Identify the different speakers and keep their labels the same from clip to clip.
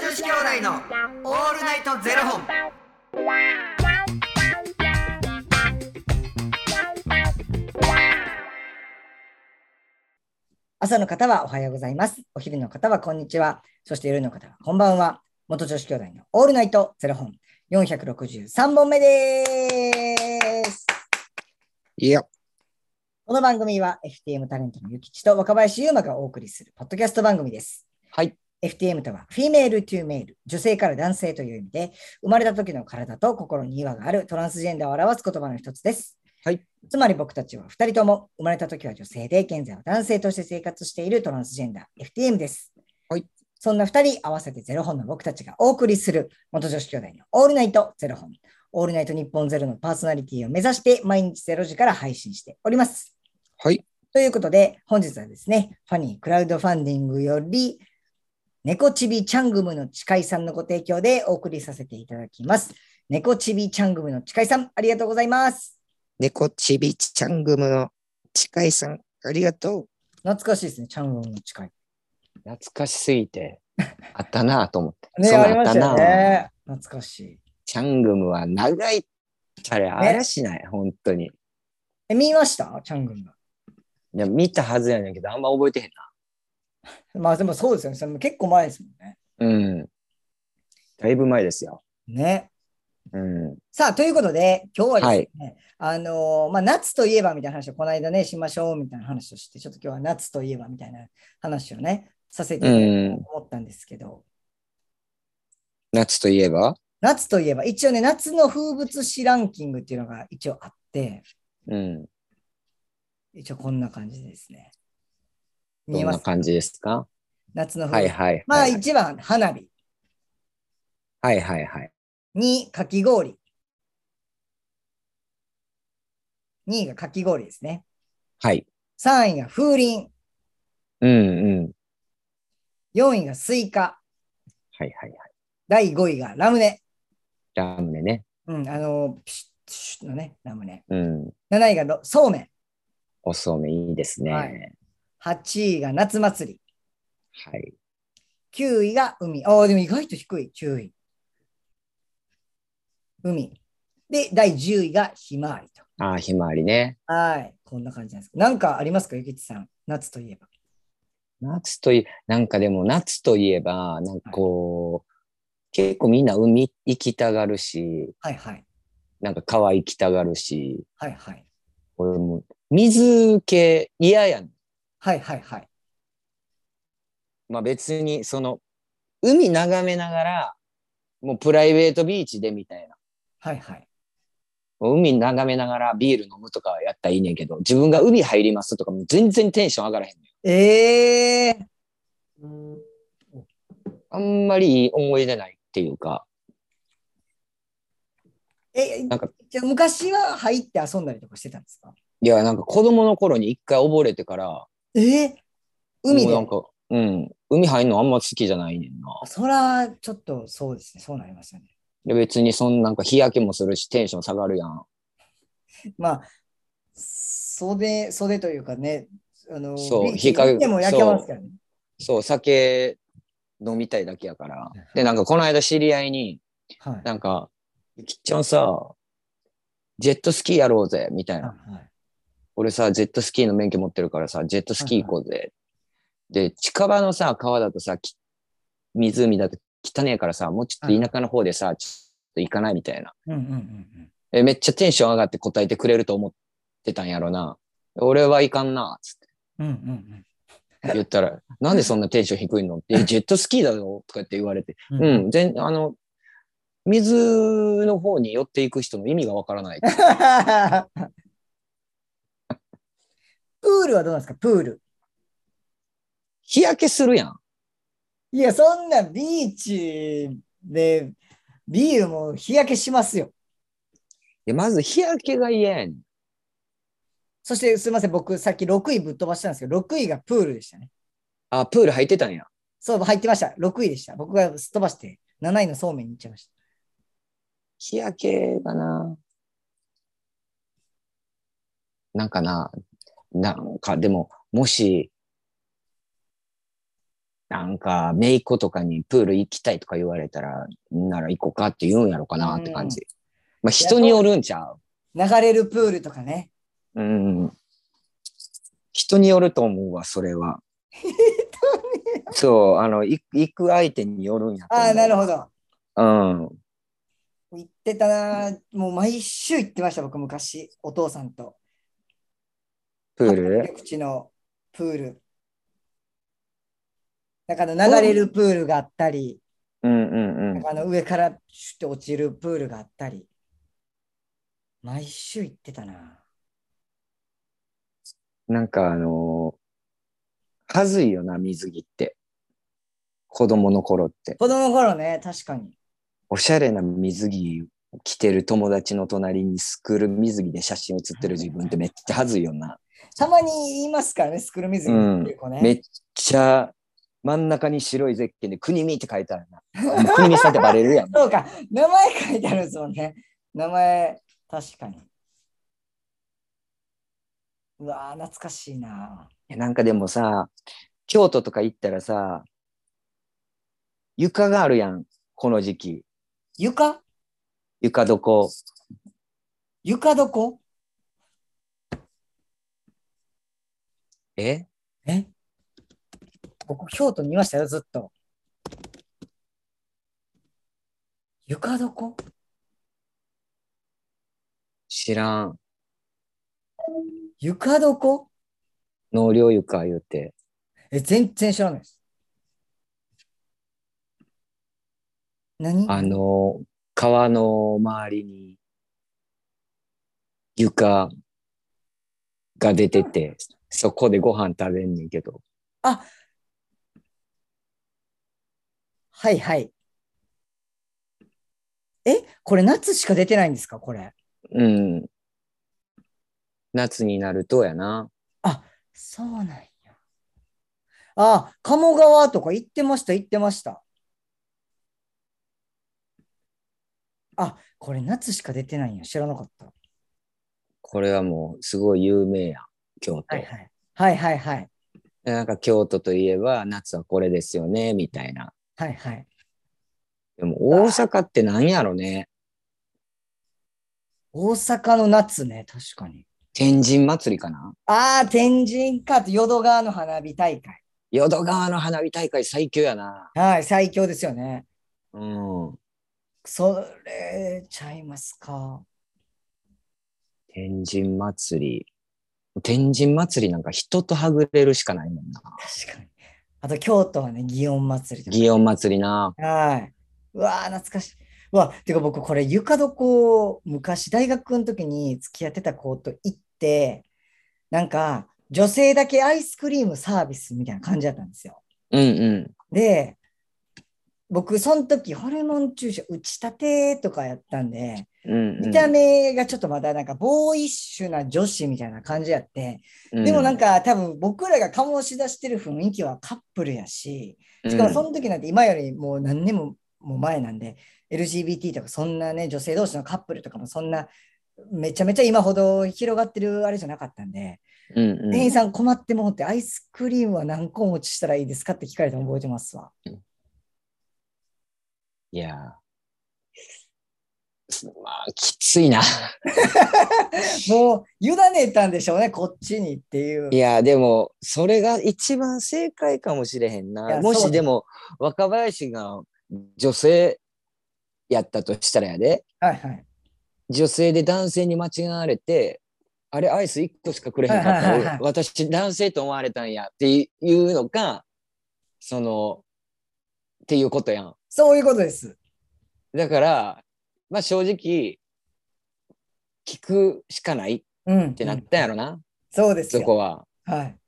Speaker 1: 子兄弟のオールナイトゼロ本。
Speaker 2: 朝の方はおはようございます。お昼の方はこんにちは。そして夜の方はこんばんは。元女子兄弟のオールナイトゼロ本463本目です。
Speaker 3: いや、
Speaker 2: この番組は FTM タレントのゆきちと若林優馬がお送りするポッドキャスト番組です。
Speaker 3: はい。
Speaker 2: FTM とはフィメールトゥメール、女性から男性という意味で、生まれた時の体と心に違和があるトランスジェンダーを表す言葉の一つです。
Speaker 3: はい。
Speaker 2: つまり僕たちは2人とも生まれた時は女性で、現在は男性として生活しているトランスジェンダー、FTM です。
Speaker 3: はい。
Speaker 2: そんな2人合わせてゼロ本の僕たちがお送りする元女子兄弟のオールナイトゼロ本、オールナイト日本ゼロのパーソナリティを目指して毎日ゼロ時から配信しております。
Speaker 3: はい。
Speaker 2: ということで、本日はですね、ファニークラウドファンディングより、猫ちびチャングムのちかいさんのご提供でお送りさせていただきます。猫ちびチャングムのちかいさん、ありがとうございます。
Speaker 3: 猫ちびちゃんぐむの近いさん、ありがとう。
Speaker 2: 懐かしいですね、チャングムのちかい。
Speaker 3: 懐かしすぎて、あったなぁと思 って。
Speaker 2: ね、
Speaker 3: そん
Speaker 2: あ
Speaker 3: な
Speaker 2: り
Speaker 3: ん
Speaker 2: ましたよ
Speaker 3: ぁ
Speaker 2: ね。懐かしい。
Speaker 3: チャングムは長い。あれ、嵐ない、本当に。い
Speaker 2: え、見ましたチャングムが。
Speaker 3: や、見たはずやねんけど、あんま覚えてへん
Speaker 2: まあでもそうですよね、それも結構前ですもんね。
Speaker 3: な。うん。だいぶ前ですよ。
Speaker 2: ね。
Speaker 3: うん。
Speaker 2: さあ、ということで、今日はですね、あのーまあ、夏といえばみたいな話をこの間ね、しましょうみたいな話をして、ちょっと今日は夏といえばみたいな話をね、させていただ
Speaker 3: うん
Speaker 2: こうと思ったんですけど、
Speaker 3: 夏といえば
Speaker 2: 夏といえば、一応ね、夏の風物詩ランキングっていうのが一応あって、
Speaker 3: うん。
Speaker 2: 一応こんな感じですね。見
Speaker 3: ど
Speaker 2: え
Speaker 3: ん
Speaker 2: ま
Speaker 3: な
Speaker 2: す
Speaker 3: 感じですか
Speaker 2: 夏の風物
Speaker 3: はい
Speaker 2: 詩。
Speaker 3: はい。
Speaker 2: まあ、
Speaker 3: はい
Speaker 2: 1番、花火。
Speaker 3: はいはいはい。
Speaker 2: 2、かき氷。2位がかき氷ですね。
Speaker 3: はい。
Speaker 2: 3位が風鈴。
Speaker 3: うんうん。
Speaker 2: 4位がスイカ。
Speaker 3: はいはいはい。
Speaker 2: 第5位がラムネ。
Speaker 3: ラムネね。
Speaker 2: うん、あの、ピシッシュッのね、ラムネ。
Speaker 3: うん。
Speaker 2: 7位がろそうめん。
Speaker 3: おそうめんいいですね。
Speaker 2: は
Speaker 3: はいい。
Speaker 2: 8位が夏祭り。9位が海。ああ、でも意外と低い。9位。海。で、第10位がひまわりと。
Speaker 3: ああ、ひまわりね。
Speaker 2: はい。こんな感じなんです。なんかありますか、ゆきちさん。夏といえば。
Speaker 3: 夏といなんかでも夏といえば、なんかこう、結構みんな海行きたがるし、
Speaker 2: はいはい。
Speaker 3: なんか川行きたがるし、
Speaker 2: はいはい。
Speaker 3: 俺も水系嫌やん。
Speaker 2: はいはいはい。
Speaker 3: まあ別にその、海眺めながら、もうプライベートビーチでみたいな。
Speaker 2: はいはい。
Speaker 3: もう海眺めながらビール飲むとかやったらいいねんけど、自分が海入りますとかもう全然テンション上がらへんね
Speaker 2: ええ
Speaker 3: ん。あんまりいい思い出ないっていうか、
Speaker 2: え、
Speaker 3: なんか
Speaker 2: じゃあ昔は入って遊んだりとかしてたんですか
Speaker 3: いやなんか子供の頃に一回溺れてから、
Speaker 2: ええ海
Speaker 3: もう
Speaker 2: で
Speaker 3: なんか、うん。海入んのあんま好きじゃないねんな。
Speaker 2: そら、ちょっとそうですね。そうなりますよね。
Speaker 3: で別にそんなんか日焼けもするし、テンション下がるやん。
Speaker 2: まあ、袖、袖というかね、あの、
Speaker 3: そう
Speaker 2: ビーチ
Speaker 3: 日陰
Speaker 2: 行っても焼けますからね。
Speaker 3: そう、酒飲みたいだけやから。で、なんかこの間知り合いに、
Speaker 2: はい。はい
Speaker 3: なんか、ゆきっちゃんさ、ジェットスキーやろうぜ、みたいな。
Speaker 2: はい
Speaker 3: 俺さ、ジェットスキーの免許持ってるからさ、ジェットスキー行こうぜ。で、近場のさ、川だとさ、き湖だと汚ねえからさ、もうちょっと田舎の方でさ、ちょっと行かないみたいな。
Speaker 2: うんうんうん
Speaker 3: え、めっちゃテンション上がって答えてくれると思ってたんやろな。俺はいかんな、つって
Speaker 2: うん。うんうん
Speaker 3: 言ったら、 なんでそんなテンション低いのって、えジェットスキーだよとかって言われて、
Speaker 2: うん。
Speaker 3: う
Speaker 2: うん
Speaker 3: ん、全、あの、水の方に寄っていく人の意味がわからない。
Speaker 2: プールはどうなんですかプール。
Speaker 3: 日焼けするやん。
Speaker 2: いや、そんなビーチで、ビールも日焼けしますよ。
Speaker 3: いやまず日焼けが嫌やねん。
Speaker 2: そして、すみません、僕、さっき6位ぶっ飛ばしたんですけど、6位がプールでしたね。
Speaker 3: あ、プール入ってたんや。
Speaker 2: そう、入ってました。6位でした。僕がすっ飛ばして、7位のそうめんに行っちゃいました。
Speaker 3: 日焼けがな。なんかな、なんかでも、もし、なんか、姪っ子とかにプール行きたいとか言われたら、なら行こうかって言うんやろかなって感じ。まあ、人によるんちゃう
Speaker 2: 流れるプールとかね。
Speaker 3: うん。人によると思うわ、そ れは。そう、あの、い行く相手によるんやと思う
Speaker 2: ああ、なるほど。
Speaker 3: うん。
Speaker 2: 行ってたな。もう毎週行ってました、僕昔。お父さんと。
Speaker 3: プール
Speaker 2: 各地のプール。なんかあの流れるプールがあったり、
Speaker 3: うんうんう
Speaker 2: なん
Speaker 3: ん
Speaker 2: か。あの上からシュッて落ちるプールがあったり。毎週行ってたな。
Speaker 3: なんかあのーはずいよな、水着って。子供の頃って。
Speaker 2: 子供の頃ね、確かに。
Speaker 3: おしゃれな水着着てる友達の隣にスクール水着で写真写ってる自分ってめっちゃはずいよな。
Speaker 2: たまにいますからね、スクール水着着てる子ね。
Speaker 3: めっちゃ真ん中に白いゼッケンで国見って書いてあるな。もう国見さんってバレるやん。
Speaker 2: そうか、名前書いてあるんですもんね。名前、確かに。うわー懐かしいな。
Speaker 3: いやなんかでもさ、京都とか行ったらさ、床があるやん、この時期。
Speaker 2: 床
Speaker 3: 床どこ。
Speaker 2: 床どこ
Speaker 3: え
Speaker 2: え僕、京都にいましたよ、ずっと。床どこ
Speaker 3: 知らん。
Speaker 2: 床どこ
Speaker 3: 納涼床言うて。
Speaker 2: え、全然知らないです。何
Speaker 3: あの、川の周りに床が出てて、そこでご飯食べんねんけど、
Speaker 2: はいはい。え、これ夏しか出てないんですかこれ。
Speaker 3: うん。夏になるとやな。
Speaker 2: そうなんや。あ、鴨川とか行ってました、行ってました。あ、これ夏しか出てないんや。知らなかった。
Speaker 3: これはもうすごい有名やん、京都。
Speaker 2: はいはい。はいはいはい。
Speaker 3: でなんか京都といえば夏はこれですよね、みたいな。
Speaker 2: はいはい。
Speaker 3: でも大阪ってなんやろね。
Speaker 2: 大阪の夏ね、確かに。
Speaker 3: 天神祭りかな
Speaker 2: ああ、天神かと淀川の花火大会。
Speaker 3: 淀川の花火大会最強やな。
Speaker 2: はい、最強ですよね。
Speaker 3: うん。
Speaker 2: それちゃいますか。
Speaker 3: 天神祭り。天神祭りなんか人とはぐれるしかないもんな。
Speaker 2: 確かに。あと京都はね、祇園祭りとか。
Speaker 3: 祇園祭りな。
Speaker 2: はい。うわー、懐かしい。うわ、てか僕、これ、床床を昔、大学の時に付き合ってた子と行って、なんか、女性だけアイスクリームサービスみたいな感じだったんですよ。
Speaker 3: うんう
Speaker 2: で、僕、その時、ホルモン注射打ちたてとかやったんで、
Speaker 3: ん。うんうん、
Speaker 2: 見た目がちょっとまだなんかボーイッシュな女子みたいな感じやって、でもなん
Speaker 3: か、
Speaker 2: か多分僕らが醸し出してる雰囲気はカップルやし、
Speaker 3: うん
Speaker 2: しかもその時なんて今よりもう何年ももう前なんで、LGBT とかそんなね、女性同士のカップルとかもそんな、めちゃめちゃ今ほど広がってるあれじゃなかったんで、
Speaker 3: うん
Speaker 2: 店
Speaker 3: う
Speaker 2: 員さん困ってもって、アイスクリームは何個お持ちしたらいいですかって聞かれたの覚えてますわ。
Speaker 3: ん、いやー。まあ、きついな。
Speaker 2: もう、委ねたんでしょうね、こっちにっていう。
Speaker 3: いや、でも、それが一番正解かもしれへん
Speaker 2: い
Speaker 3: な。
Speaker 2: や
Speaker 3: も
Speaker 2: そう
Speaker 3: しでも、若林が女性やったとしたらやで、
Speaker 2: はいはい。
Speaker 3: 女性で男性に間違われて、あれ、アイス1個しかくれへんかっ
Speaker 2: は
Speaker 3: た
Speaker 2: いはいはいはい
Speaker 3: 俺私、男性と思われたんやっていうのか、その、っていうことやん。
Speaker 2: そういうことです。
Speaker 3: だから、まあ正直、聞くしかないっ
Speaker 2: うん。
Speaker 3: てなったんやろな、
Speaker 2: そうです
Speaker 3: そ
Speaker 2: よ。
Speaker 3: こは。
Speaker 2: はい。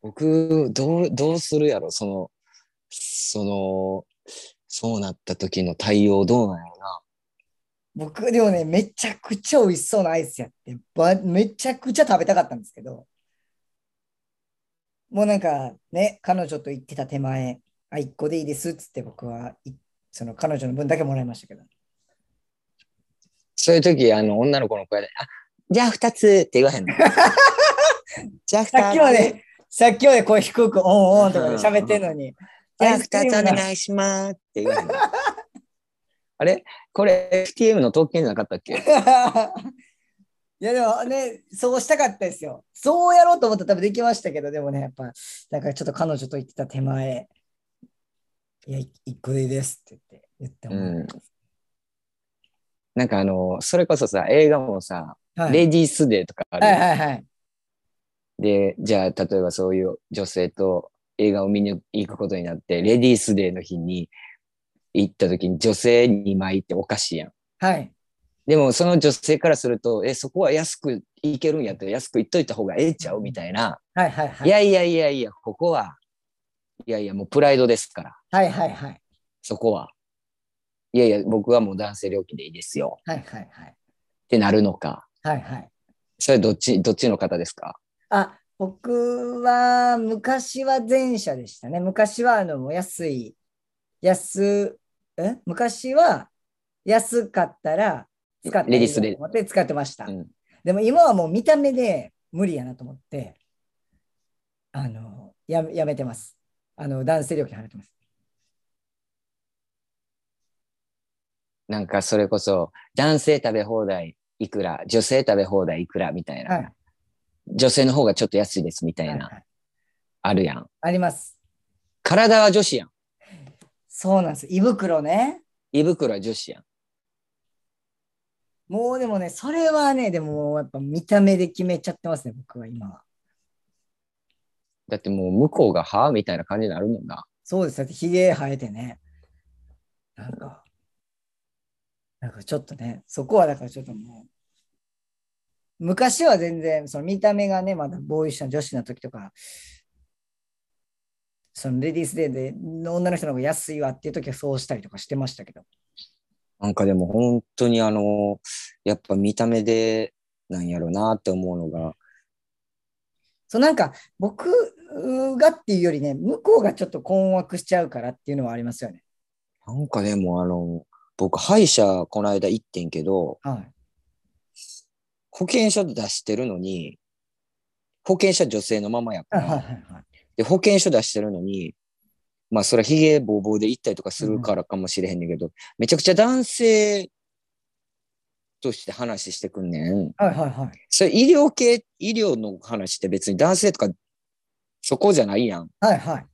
Speaker 3: 僕、どう、どうするやろその、その、そうなった時の対応どうなんやろな。
Speaker 2: 僕、でもね、めちゃくちゃ美味しそうなアイスやって、ばめちゃくちゃ食べたかったんですけど、もうなんかね、彼女と行ってた手前、あ、1個でいいですっつって僕はい、その彼女の分だけもらいましたけど、
Speaker 3: そういう時、あの、女の子の声で、あ、じゃあ二つって言わ へんの。じゃあ二つ。
Speaker 2: さっきまで、さっきまで声低く、オンオンとかで喋ってんのに、
Speaker 4: じゃあ
Speaker 2: アイスクリー
Speaker 4: 二
Speaker 2: ム
Speaker 4: つ
Speaker 2: が
Speaker 4: お願いします。
Speaker 3: ていうの があれこれ FTM の特権じゃなかったっけ
Speaker 2: いやでもね、そうしたかったですよ。そうやろうと思ったら多分できましたけど、でもね、やっぱ、なんかちょっと彼女と言ってた手前、いや、い一個でいいですって言って、言って
Speaker 3: う
Speaker 2: も、
Speaker 3: ん。なんかあの、それこそさ、映画もさ、
Speaker 2: はい
Speaker 3: レディースデーとかある
Speaker 2: は
Speaker 3: やん
Speaker 2: いはいはい。
Speaker 3: で、じゃあ、例えばそういう女性と映画を見に行くことになって、レディースデーの日に行った時に女性2枚っておかしいやん。
Speaker 2: はい。
Speaker 3: でも、その女性からすると、え、そこは安く行けるんやったら安く行っといた方がええちゃうみたいな。
Speaker 2: はいはいはいい。
Speaker 3: やいやいやいや、ここは、いやいや、もうプライドですから、
Speaker 2: はいはいはい。
Speaker 3: そこは。いやいや、僕はもう男性料金でいいですよ。
Speaker 2: はいはいはい。
Speaker 3: ってなるのか。
Speaker 2: はいはい。
Speaker 3: それどっち、どっちの方ですか
Speaker 2: あ、僕は昔は前者でしたね。昔はあのもう安い、安、え昔は安かったら使って
Speaker 3: レデ
Speaker 2: いい
Speaker 3: ィース
Speaker 2: と
Speaker 3: で。
Speaker 2: 思って使ってました
Speaker 3: う。ん。
Speaker 2: でも今はもう見た目で無理やなと思って、あの、ややめてます。あの、男性料金払ってます。
Speaker 3: なんかそれこそ男性食べ放題いくら、女性食べ放題いくらみたいな、
Speaker 2: はい
Speaker 3: 女性の方がちょっと安いですみたいな、
Speaker 2: はいはい
Speaker 3: あるやん。
Speaker 2: あります。
Speaker 3: 体は女子やん。
Speaker 2: そうなんです。胃袋ね。
Speaker 3: 胃袋は女子やん。
Speaker 2: もうでもね、それはね、でもやっぱ見た目で決めちゃってますね、僕は今は。
Speaker 3: だってもう向こうがはみたいな感じになるもんな。
Speaker 2: そうです。だってひげ生えてね。なんか、なんかちょっとね、そこはだからちょっともう、昔は全然、その見た目がね、まだボーイッシュな女子の時とか、そのレディースデーで女の人の方が安いわっていう時はそうしたりとかしてましたけど。
Speaker 3: なんかでも本当にあの、やっぱ見た目でなんやろなって思うのが、
Speaker 2: そうなんか僕がっていうよりね、向こうがちょっと困惑しちゃうからっていうのはありますよね。
Speaker 3: なんかでもあの、僕歯医者この間行ってんけど、
Speaker 2: はい。
Speaker 3: 保険証出してるのに、保険証女性のままやか
Speaker 2: あはい
Speaker 3: ら
Speaker 2: は、いはい。
Speaker 3: で、保険証出してるのに、まあ、それはヒゲボーボーで行ったりとかするからかもしれへんねんけど、めちゃくちゃ男性として話してくんねん。
Speaker 2: はいはいはい。
Speaker 3: それ医療系、医療の話って別に男性とかそこじゃないやん。
Speaker 2: はいはい。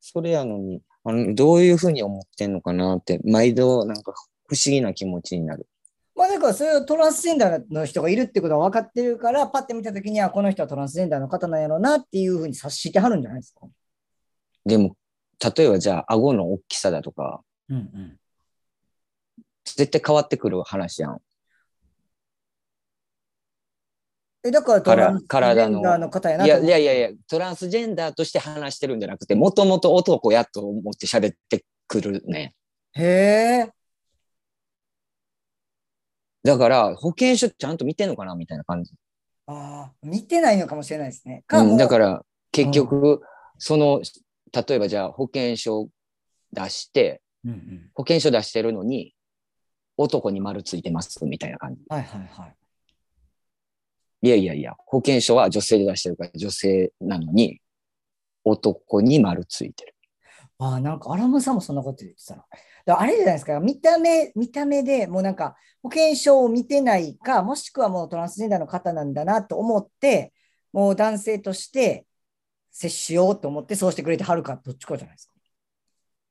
Speaker 3: それやのに、あのどういうふうに思ってんのかなって、毎度なんか不思議な気持ちになる。
Speaker 2: まあだからそれをトランスジェンダーの人がいるってことは分かってるから、パッて見たときには、あこの人はトランスジェンダーの方なんやろうなっていうふうに察してはるんじゃないですか。
Speaker 3: でも、例えばじゃあ、顎の大きさだとか、
Speaker 2: うんうん。
Speaker 3: 絶対変わってくる話やん。
Speaker 2: え、だからト
Speaker 3: か
Speaker 2: ラ
Speaker 3: ら
Speaker 2: ンスジェンダーの方やないと
Speaker 3: や
Speaker 2: 思う
Speaker 3: いやいやいや、トランスジェンダーとして話してるんじゃなくて、もともと男やと思って喋ってくるね。
Speaker 2: へえ。
Speaker 3: だから、保険証ちゃんと見てんのかなみたいな感じ。
Speaker 2: ああ、見てないのかもしれないですね。か、。
Speaker 3: うん、だからら、結局、その、例えばじゃあ保険証出して、
Speaker 2: うんうん。
Speaker 3: 保険証出してるのに、男に丸ついてますみたいな感じ。
Speaker 2: はいはいはい。
Speaker 3: いやいやいや、保険証は女性で出してるから女性なのに、男に丸ついてる。
Speaker 2: ああ、なんかアラムさんもそんなこと言ってたな。だからあれじゃないですか、見た目、見た目でもうなんか保険証を見てないか、もしくはもうトランスジェンダーの方なんだなと思って、もう男性として接しようと思ってそうしてくれてはるか、どっちかじゃないですか。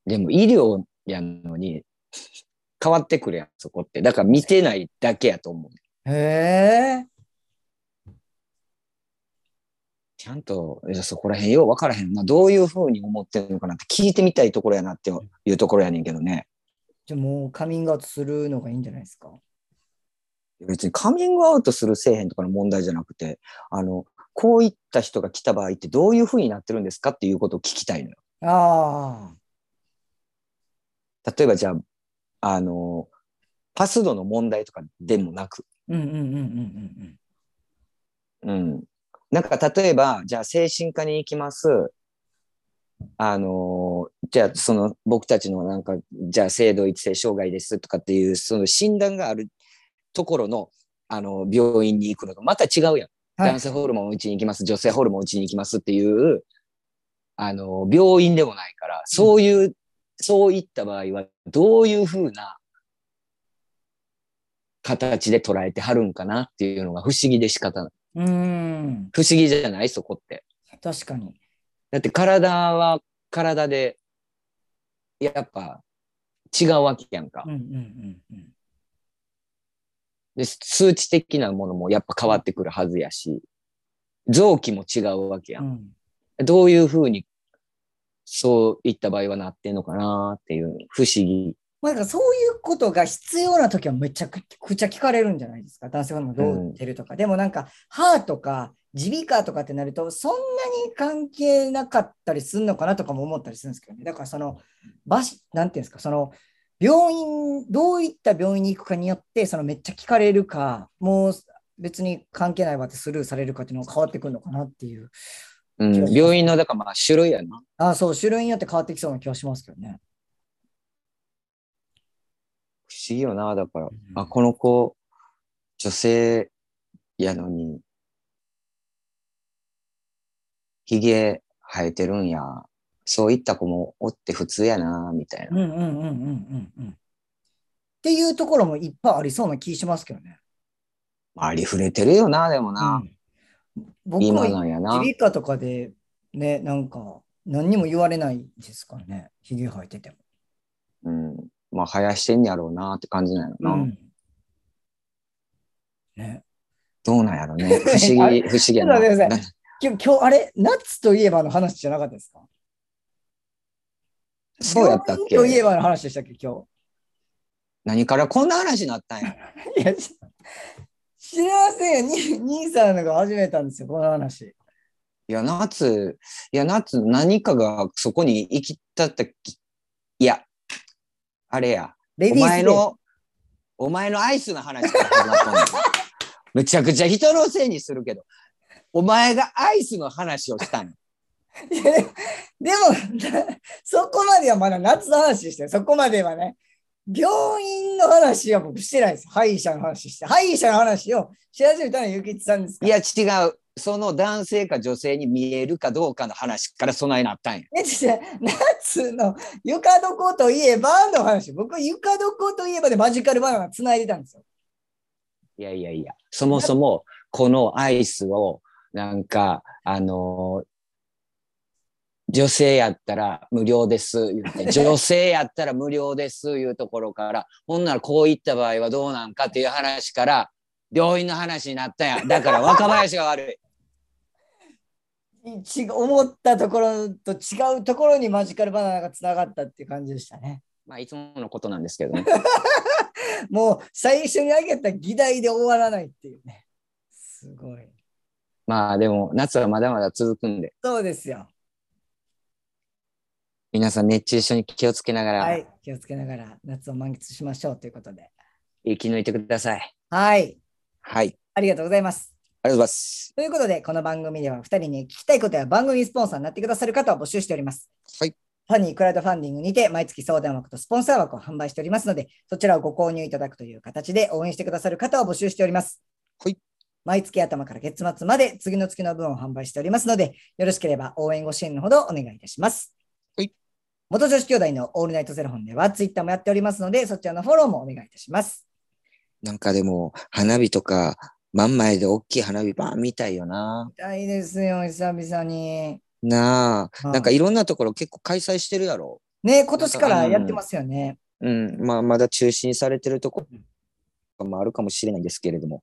Speaker 3: でも医療やのに、変わってくるやん、そこって。だから見てないだけやと思う。
Speaker 2: へえ。
Speaker 3: ちゃんと、いやそこら辺よう分からへんな。どういうふうに思ってるのかなって聞いてみたいところやなっていうところやねんけどね。
Speaker 2: じゃあもうカミングアウトするのがいいんじゃないですか。
Speaker 3: 別にカミングアウトするせえへんとかの問題じゃなくて、あの、こういった人が来た場合ってどういうふうになってるんですかっていうことを聞きたいのよ。
Speaker 2: あ
Speaker 3: 例えばじゃあ、あの、パス度の問題とかでもなく、
Speaker 2: あ。うんうんうんうんうん
Speaker 3: うん。なんか例えば、じゃあ精神科に行きます。あのーじゃあその僕たちのなんか、じゃあ性同一性障害ですとかっていう、その診断があるところの、あの、病院に行くのとまた違うやん。
Speaker 2: はい
Speaker 3: 男性ホルモンを打ちに行きます、女性ホルモンを打ちに行きますっていう、あの、病院でもないから、そういう、そういった場合は、どういうふうな形で捉えてはるんかなっていうのが不思議で仕方ない。
Speaker 2: うーん、
Speaker 3: 不思議じゃないそこって。
Speaker 2: 確かに。
Speaker 3: だって体は体で、やっぱ違うわけやんか
Speaker 2: うん。うんうんうん。
Speaker 3: で、数値的なものもやっぱ変わってくるはずやし、臓器も違うわけや。
Speaker 2: うんん
Speaker 3: どういうふうに、そういった場合はなってんのかなっていう、不思議。
Speaker 2: まあ、だからそういうことが必要な時はめちゃくちゃ聞かれるんじゃないですか。男性ホルモンどう打ってるとか。でもなんか、歯とか耳鼻科とかってなると、そんなに関係なかったりするのかなとかも思ったりするんですけどね。だからその、場所、なんていうんですか、その、病院、どういった病院に行くかによって、そのめっちゃ聞かれるか、もう別に関係ないわってスルーされるかっていうのが変わってくるのかなっていう。
Speaker 3: うん、病院の、だからまあ種類やな。
Speaker 2: ああ、そう、種類によって変わってきそうな気はしますけどね。
Speaker 3: 不思議よな、だから。
Speaker 2: ん
Speaker 3: あ、この子、女性やのに、ひげ生えてるんや。そういった子もおって普通やな、みたい
Speaker 2: うん
Speaker 3: な。
Speaker 2: うんうんうんうんうん。っていうところもいっぱいありそうな気しますけどね。
Speaker 3: ありふれてるよな、でもな。
Speaker 2: うん僕
Speaker 3: 今
Speaker 2: は
Speaker 3: なんやな。
Speaker 2: 耳鼻科とかでね、なんか何にも言われないですからね、ひげ生えてても。
Speaker 3: うん。まあ、生やしてんやろうなって感じなんやろな。
Speaker 2: うんね、
Speaker 3: どうなんやろ ね。不思
Speaker 2: あ
Speaker 3: 議、
Speaker 2: れ
Speaker 3: 不思議
Speaker 2: ちょ
Speaker 3: や
Speaker 2: っと待ってくだ
Speaker 3: な。
Speaker 2: さ
Speaker 3: ない
Speaker 2: 今日、今日あれ、夏といえばの話じゃなかったですか
Speaker 3: そうやったっけ
Speaker 2: 病院といえばの話でしたっけ、今
Speaker 3: 何からこんな話になったんや。
Speaker 2: 日。 いや、し知りませんよ、に兄さんのが始めたんですよ、この話。
Speaker 3: いや、夏、いや、夏、何かがそこに行きたったき、いや、あれや、
Speaker 2: レデ
Speaker 3: お
Speaker 2: ィース
Speaker 3: 前
Speaker 2: デー
Speaker 3: の、お前のアイスの話から始まったんだよむちゃくちゃ人のせいにするけど、お前がアイスの話をしたんよ
Speaker 2: いやでも、 でもなそこまではまだ夏の話してる、そこまではね。病院の話は僕してないです。歯医者の話して。歯医者の話をし始めたのはゆきちさんですか
Speaker 3: いや、違う。その男性か女性に見えるかどうかの話から備えなったんや。
Speaker 2: ね違う夏の床床といえばの話。僕は床床といえばでマジカルバナナつないでたんですよ。
Speaker 3: いやいやいや、そもそも、このアイスを、なんか、あのー女性やったら無料です、言 って、女性やったら無料です、いうところから、ほんならこういった場合はどうなんかっていう話から、病院の話になったやん。だから若林が悪い。
Speaker 2: 違う思ったところと違うところにマジカルバナナがつながったっていう感じでしたね。
Speaker 3: まあ、いつものことなんですけど ね。
Speaker 2: もう最初に挙げた議題で終わらないっていうね。すごい。
Speaker 3: まあ、でも、夏はまだまだ続くんで、
Speaker 2: そうですよ。
Speaker 3: 皆さん熱中症に気をつけなが
Speaker 2: は
Speaker 3: ら
Speaker 2: い、気をつけながら夏を満喫しましょうということで。
Speaker 3: 生き抜いてください。
Speaker 2: はい、
Speaker 3: はい。あり
Speaker 2: ありがとうございます。
Speaker 3: がとうございます。
Speaker 2: ということで、この番組では2人に聞きたいことや番組スポンサーになってくださる方を募集しております。
Speaker 3: はい。
Speaker 2: ファニークラウドファンディングにて毎月相談枠とスポンサー枠を販売しておりますので、そちらをご購入いただくという形で応援してくださる方を募集しております。
Speaker 3: はい。
Speaker 2: 毎月頭から月末まで次の月の分を販売しておりますので、よろしければ応援ご支援のほどお願いいたします。
Speaker 3: はい。
Speaker 2: 元女子兄弟のオールナイトゼロ本ではツイッターもやっておりますので、そちらのフォローもお願いいたします。
Speaker 3: なんかでも、花火とか、真ん前で大きい花火バーン見たいよな。
Speaker 2: 痛いですよ、久々に。
Speaker 3: なあ、
Speaker 2: はい
Speaker 3: なんかいろんなところ結構開催してるやろ。
Speaker 2: ね、今年からやってますよね。
Speaker 3: うん、まあまだ中止にされてるところもあるかもしれないですけれども、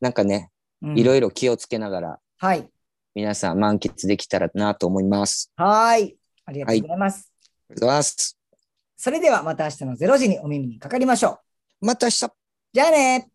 Speaker 3: なんかね、い
Speaker 2: い
Speaker 3: ろいろ気をつけながら、
Speaker 2: ろ。はい。
Speaker 3: 皆さん満喫できたらなと思います。
Speaker 2: はーい。ありがとうございます。
Speaker 3: ありがとうございます。
Speaker 2: それではまた明日の0時にお耳にかかりましょう。
Speaker 3: また明日
Speaker 2: じゃあね